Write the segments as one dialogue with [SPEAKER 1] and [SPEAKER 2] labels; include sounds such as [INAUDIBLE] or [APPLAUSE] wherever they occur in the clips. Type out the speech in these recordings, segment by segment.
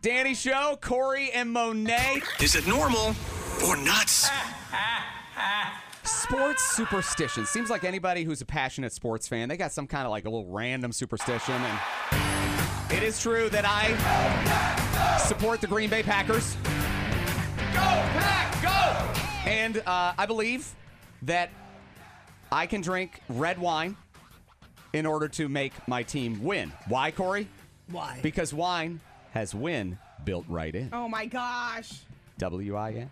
[SPEAKER 1] Danny Show, Corey, and Monet.
[SPEAKER 2] Is it normal or nuts?
[SPEAKER 1] Sports superstition. Seems like anybody who's a passionate sports fan, they got some kind of like a little random superstition. And it is true that I support the Green Bay Packers. Go, Pack, go! And uh, I believe that I can drink red wine in order to make my team win. Why, Corey?
[SPEAKER 3] Why?
[SPEAKER 1] Because wine has win built right in.
[SPEAKER 4] Oh my gosh.
[SPEAKER 1] W I N.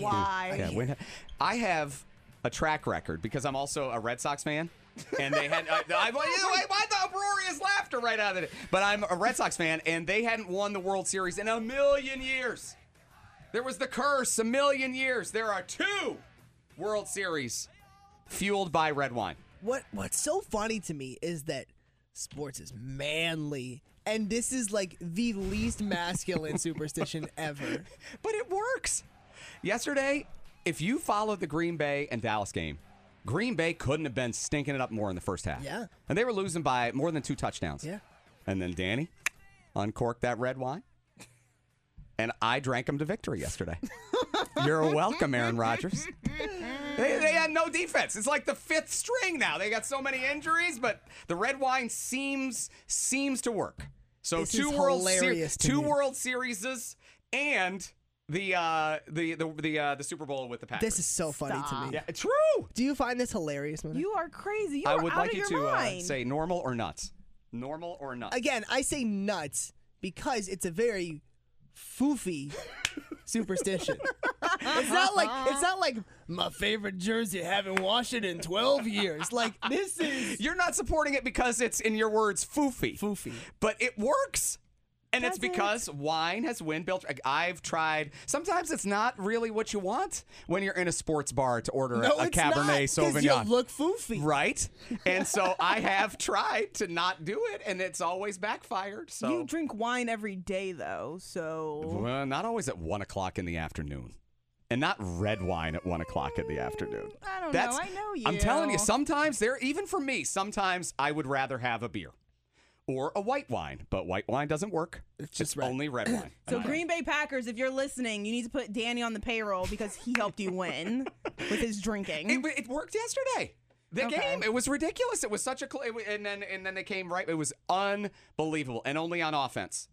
[SPEAKER 4] Why?
[SPEAKER 1] Yeah, win. I have a track record because I'm also a Red Sox fan. and they had. I, I, why, why the uproarious laughter right out of it? But I'm a Red Sox fan, and they hadn't won the World Series in a million years. There was the curse a million years. There are two World Series fueled by red wine.
[SPEAKER 3] What what's so funny to me is that sports is manly and this is like the least
[SPEAKER 1] [LAUGHS]
[SPEAKER 3] masculine superstition ever.
[SPEAKER 1] But it works. Yesterday, if you followed the Green Bay and Dallas game, Green Bay couldn't have been stinking it up more in the first half.
[SPEAKER 3] Yeah.
[SPEAKER 1] And they were losing by more than two touchdowns.
[SPEAKER 3] Yeah.
[SPEAKER 1] And then Danny uncorked that red wine. And I drank him to victory
[SPEAKER 3] [LAUGHS]
[SPEAKER 1] yesterday. You're welcome, Aaron Rodgers. They, they had no defense. It's like the fifth string now. They got so many injuries, but the red wine seems seems to work. So
[SPEAKER 3] This
[SPEAKER 1] two
[SPEAKER 3] is
[SPEAKER 1] World Series,
[SPEAKER 3] hilarious to
[SPEAKER 1] two
[SPEAKER 3] me.
[SPEAKER 1] World Series, and the uh, the the the, uh, the Super Bowl with the Packers.
[SPEAKER 3] This is so funny to me.
[SPEAKER 1] yeah, true.
[SPEAKER 3] Do you find this hilarious, Mona?
[SPEAKER 4] You are crazy. You
[SPEAKER 1] I
[SPEAKER 4] are
[SPEAKER 1] would
[SPEAKER 4] out
[SPEAKER 1] like
[SPEAKER 4] of
[SPEAKER 1] you
[SPEAKER 4] your
[SPEAKER 1] to uh,
[SPEAKER 4] mind.
[SPEAKER 1] say normal or nuts. Normal or nuts.
[SPEAKER 3] Again, I say nuts because it's a very
[SPEAKER 1] [LAUGHS]
[SPEAKER 3] foofy superstition. it's not like it's not like my favorite jersey haven't washed it in 12 years. Like this
[SPEAKER 1] [LAUGHS]
[SPEAKER 3] is
[SPEAKER 1] You're not supporting it because it's in your words foofy.
[SPEAKER 3] foofy.
[SPEAKER 1] but it works. And it's
[SPEAKER 4] Does it?
[SPEAKER 1] because wine has wind built. like, I've tried. Sometimes it's not really what you want when you're in a sports bar to order a-
[SPEAKER 3] No,
[SPEAKER 1] a,
[SPEAKER 3] it's
[SPEAKER 1] Cabernet
[SPEAKER 3] not, 'cause
[SPEAKER 1] Sauvignon.
[SPEAKER 3] You look foofy.
[SPEAKER 1] right? And so I have [LAUGHS] tried to not do it, and it's always backfired. So
[SPEAKER 4] You drink wine every day though, so
[SPEAKER 1] well, not always at one o'clock in the afternoon, and not red wine at one o'clock in the afternoon.
[SPEAKER 4] I don't
[SPEAKER 1] That's,
[SPEAKER 4] know. Oh, I know you.
[SPEAKER 1] I'm telling you, sometimes there, even for me, sometimes I would rather have a beer or a white wine, but white wine doesn't work. It's
[SPEAKER 3] just red.
[SPEAKER 1] only red wine.
[SPEAKER 4] So
[SPEAKER 1] Okay.
[SPEAKER 4] Green Bay Packers, if you're listening, you need to put Danny on the payroll because he helped
[SPEAKER 1] [LAUGHS]
[SPEAKER 4] you win with his drinking.
[SPEAKER 1] It, it worked yesterday. The
[SPEAKER 4] Okay.
[SPEAKER 1] game, it was ridiculous. It was such a, cl- it wa- and then and then they came right. It was unbelievable, and only on offense.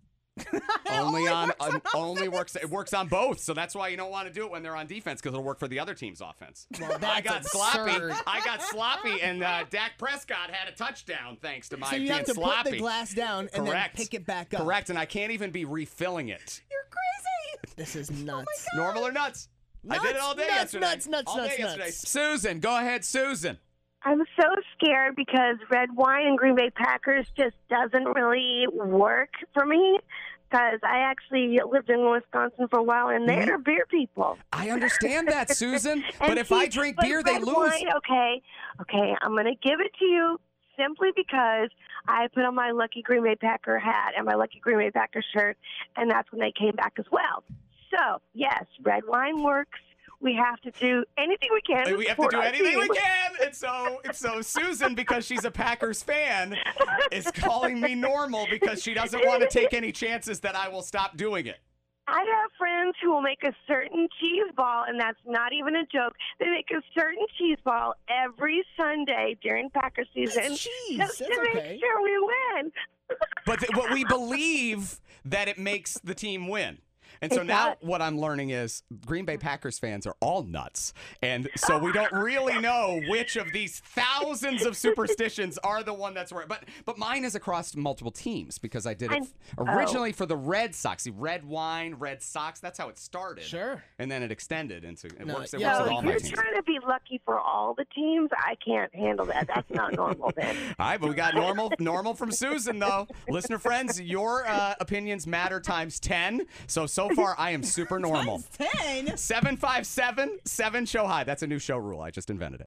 [SPEAKER 1] only on, on only works. It works on both, so that's why you don't want to do it when they're on defense because it'll work for the other team's offense. I
[SPEAKER 3] that's
[SPEAKER 1] got sloppy.
[SPEAKER 3] absurd.
[SPEAKER 1] I got sloppy, and uh, Dak Prescott had a touchdown thanks to my
[SPEAKER 3] So you
[SPEAKER 1] being
[SPEAKER 3] have to
[SPEAKER 1] sloppy.
[SPEAKER 3] put the glass down and
[SPEAKER 1] Correct.
[SPEAKER 3] then pick it back up.
[SPEAKER 1] Correct, and I can't even be refilling it.
[SPEAKER 4] You're crazy.
[SPEAKER 3] This is nuts.
[SPEAKER 1] Normal or nuts? I did it
[SPEAKER 3] Nuts,
[SPEAKER 1] all day
[SPEAKER 3] nuts,
[SPEAKER 1] yesterday.
[SPEAKER 3] nuts, nuts,
[SPEAKER 1] all
[SPEAKER 3] nuts,
[SPEAKER 1] day yesterday.
[SPEAKER 3] nuts.
[SPEAKER 1] Susan, go ahead, Susan.
[SPEAKER 5] I'm so scared because red wine and Green Bay Packers just doesn't really work for me. Because I actually lived in Wisconsin for a while, and they're beer people.
[SPEAKER 1] I understand
[SPEAKER 3] [LAUGHS]
[SPEAKER 1] that, Susan. Mm-hmm. but
[SPEAKER 5] And
[SPEAKER 1] if I
[SPEAKER 5] see,
[SPEAKER 1] drink
[SPEAKER 5] but
[SPEAKER 1] beer, they
[SPEAKER 5] red
[SPEAKER 1] lose.
[SPEAKER 5] Wine, okay, okay, I'm gonna give it to you simply because I put on my lucky Green Bay Packer hat and my lucky Green Bay Packer shirt, and that's when they came back as well. So yes, red wine works. We have to do anything we can.
[SPEAKER 1] We have to
[SPEAKER 5] support
[SPEAKER 1] do
[SPEAKER 5] our
[SPEAKER 1] anything we
[SPEAKER 5] team.
[SPEAKER 1] can. And so, and so Susan, because she's a Packers fan, is calling me normal because she doesn't want to take any chances that I will stop doing it.
[SPEAKER 5] I have friends who will make a certain cheese ball, and that's not even a joke. They make a certain cheese ball every Sunday during Packer season.
[SPEAKER 3] That's cheese.
[SPEAKER 5] Just to
[SPEAKER 3] That's
[SPEAKER 5] make
[SPEAKER 3] okay.
[SPEAKER 5] sure we win.
[SPEAKER 1] But, th- but we believe that it makes the team win. And so
[SPEAKER 5] It's
[SPEAKER 1] now
[SPEAKER 5] not-
[SPEAKER 1] what I'm learning is Green Bay Packers fans are all nuts. And so we don't really know which of these thousands of superstitions are the one that's right. But but mine is across multiple teams because I did it
[SPEAKER 5] I'm-
[SPEAKER 1] f- originally for the Red Sox. See, red wine, red socks. That's how it started.
[SPEAKER 3] Sure.
[SPEAKER 1] And then it extended into it
[SPEAKER 3] No,
[SPEAKER 1] works, it works
[SPEAKER 3] yeah,
[SPEAKER 5] So
[SPEAKER 1] with
[SPEAKER 3] like
[SPEAKER 1] all
[SPEAKER 5] if
[SPEAKER 1] my
[SPEAKER 5] you're
[SPEAKER 1] teams.
[SPEAKER 5] trying to be lucky for all the teams, I can't handle that. That's not normal, then.
[SPEAKER 1] All right, but we got normal normal from Susan though. Listener friends, your uh, opinions matter times 10. So so far I am super normal.
[SPEAKER 4] Times ten.
[SPEAKER 1] 757 7 show high. That's a new show rule. I just invented it.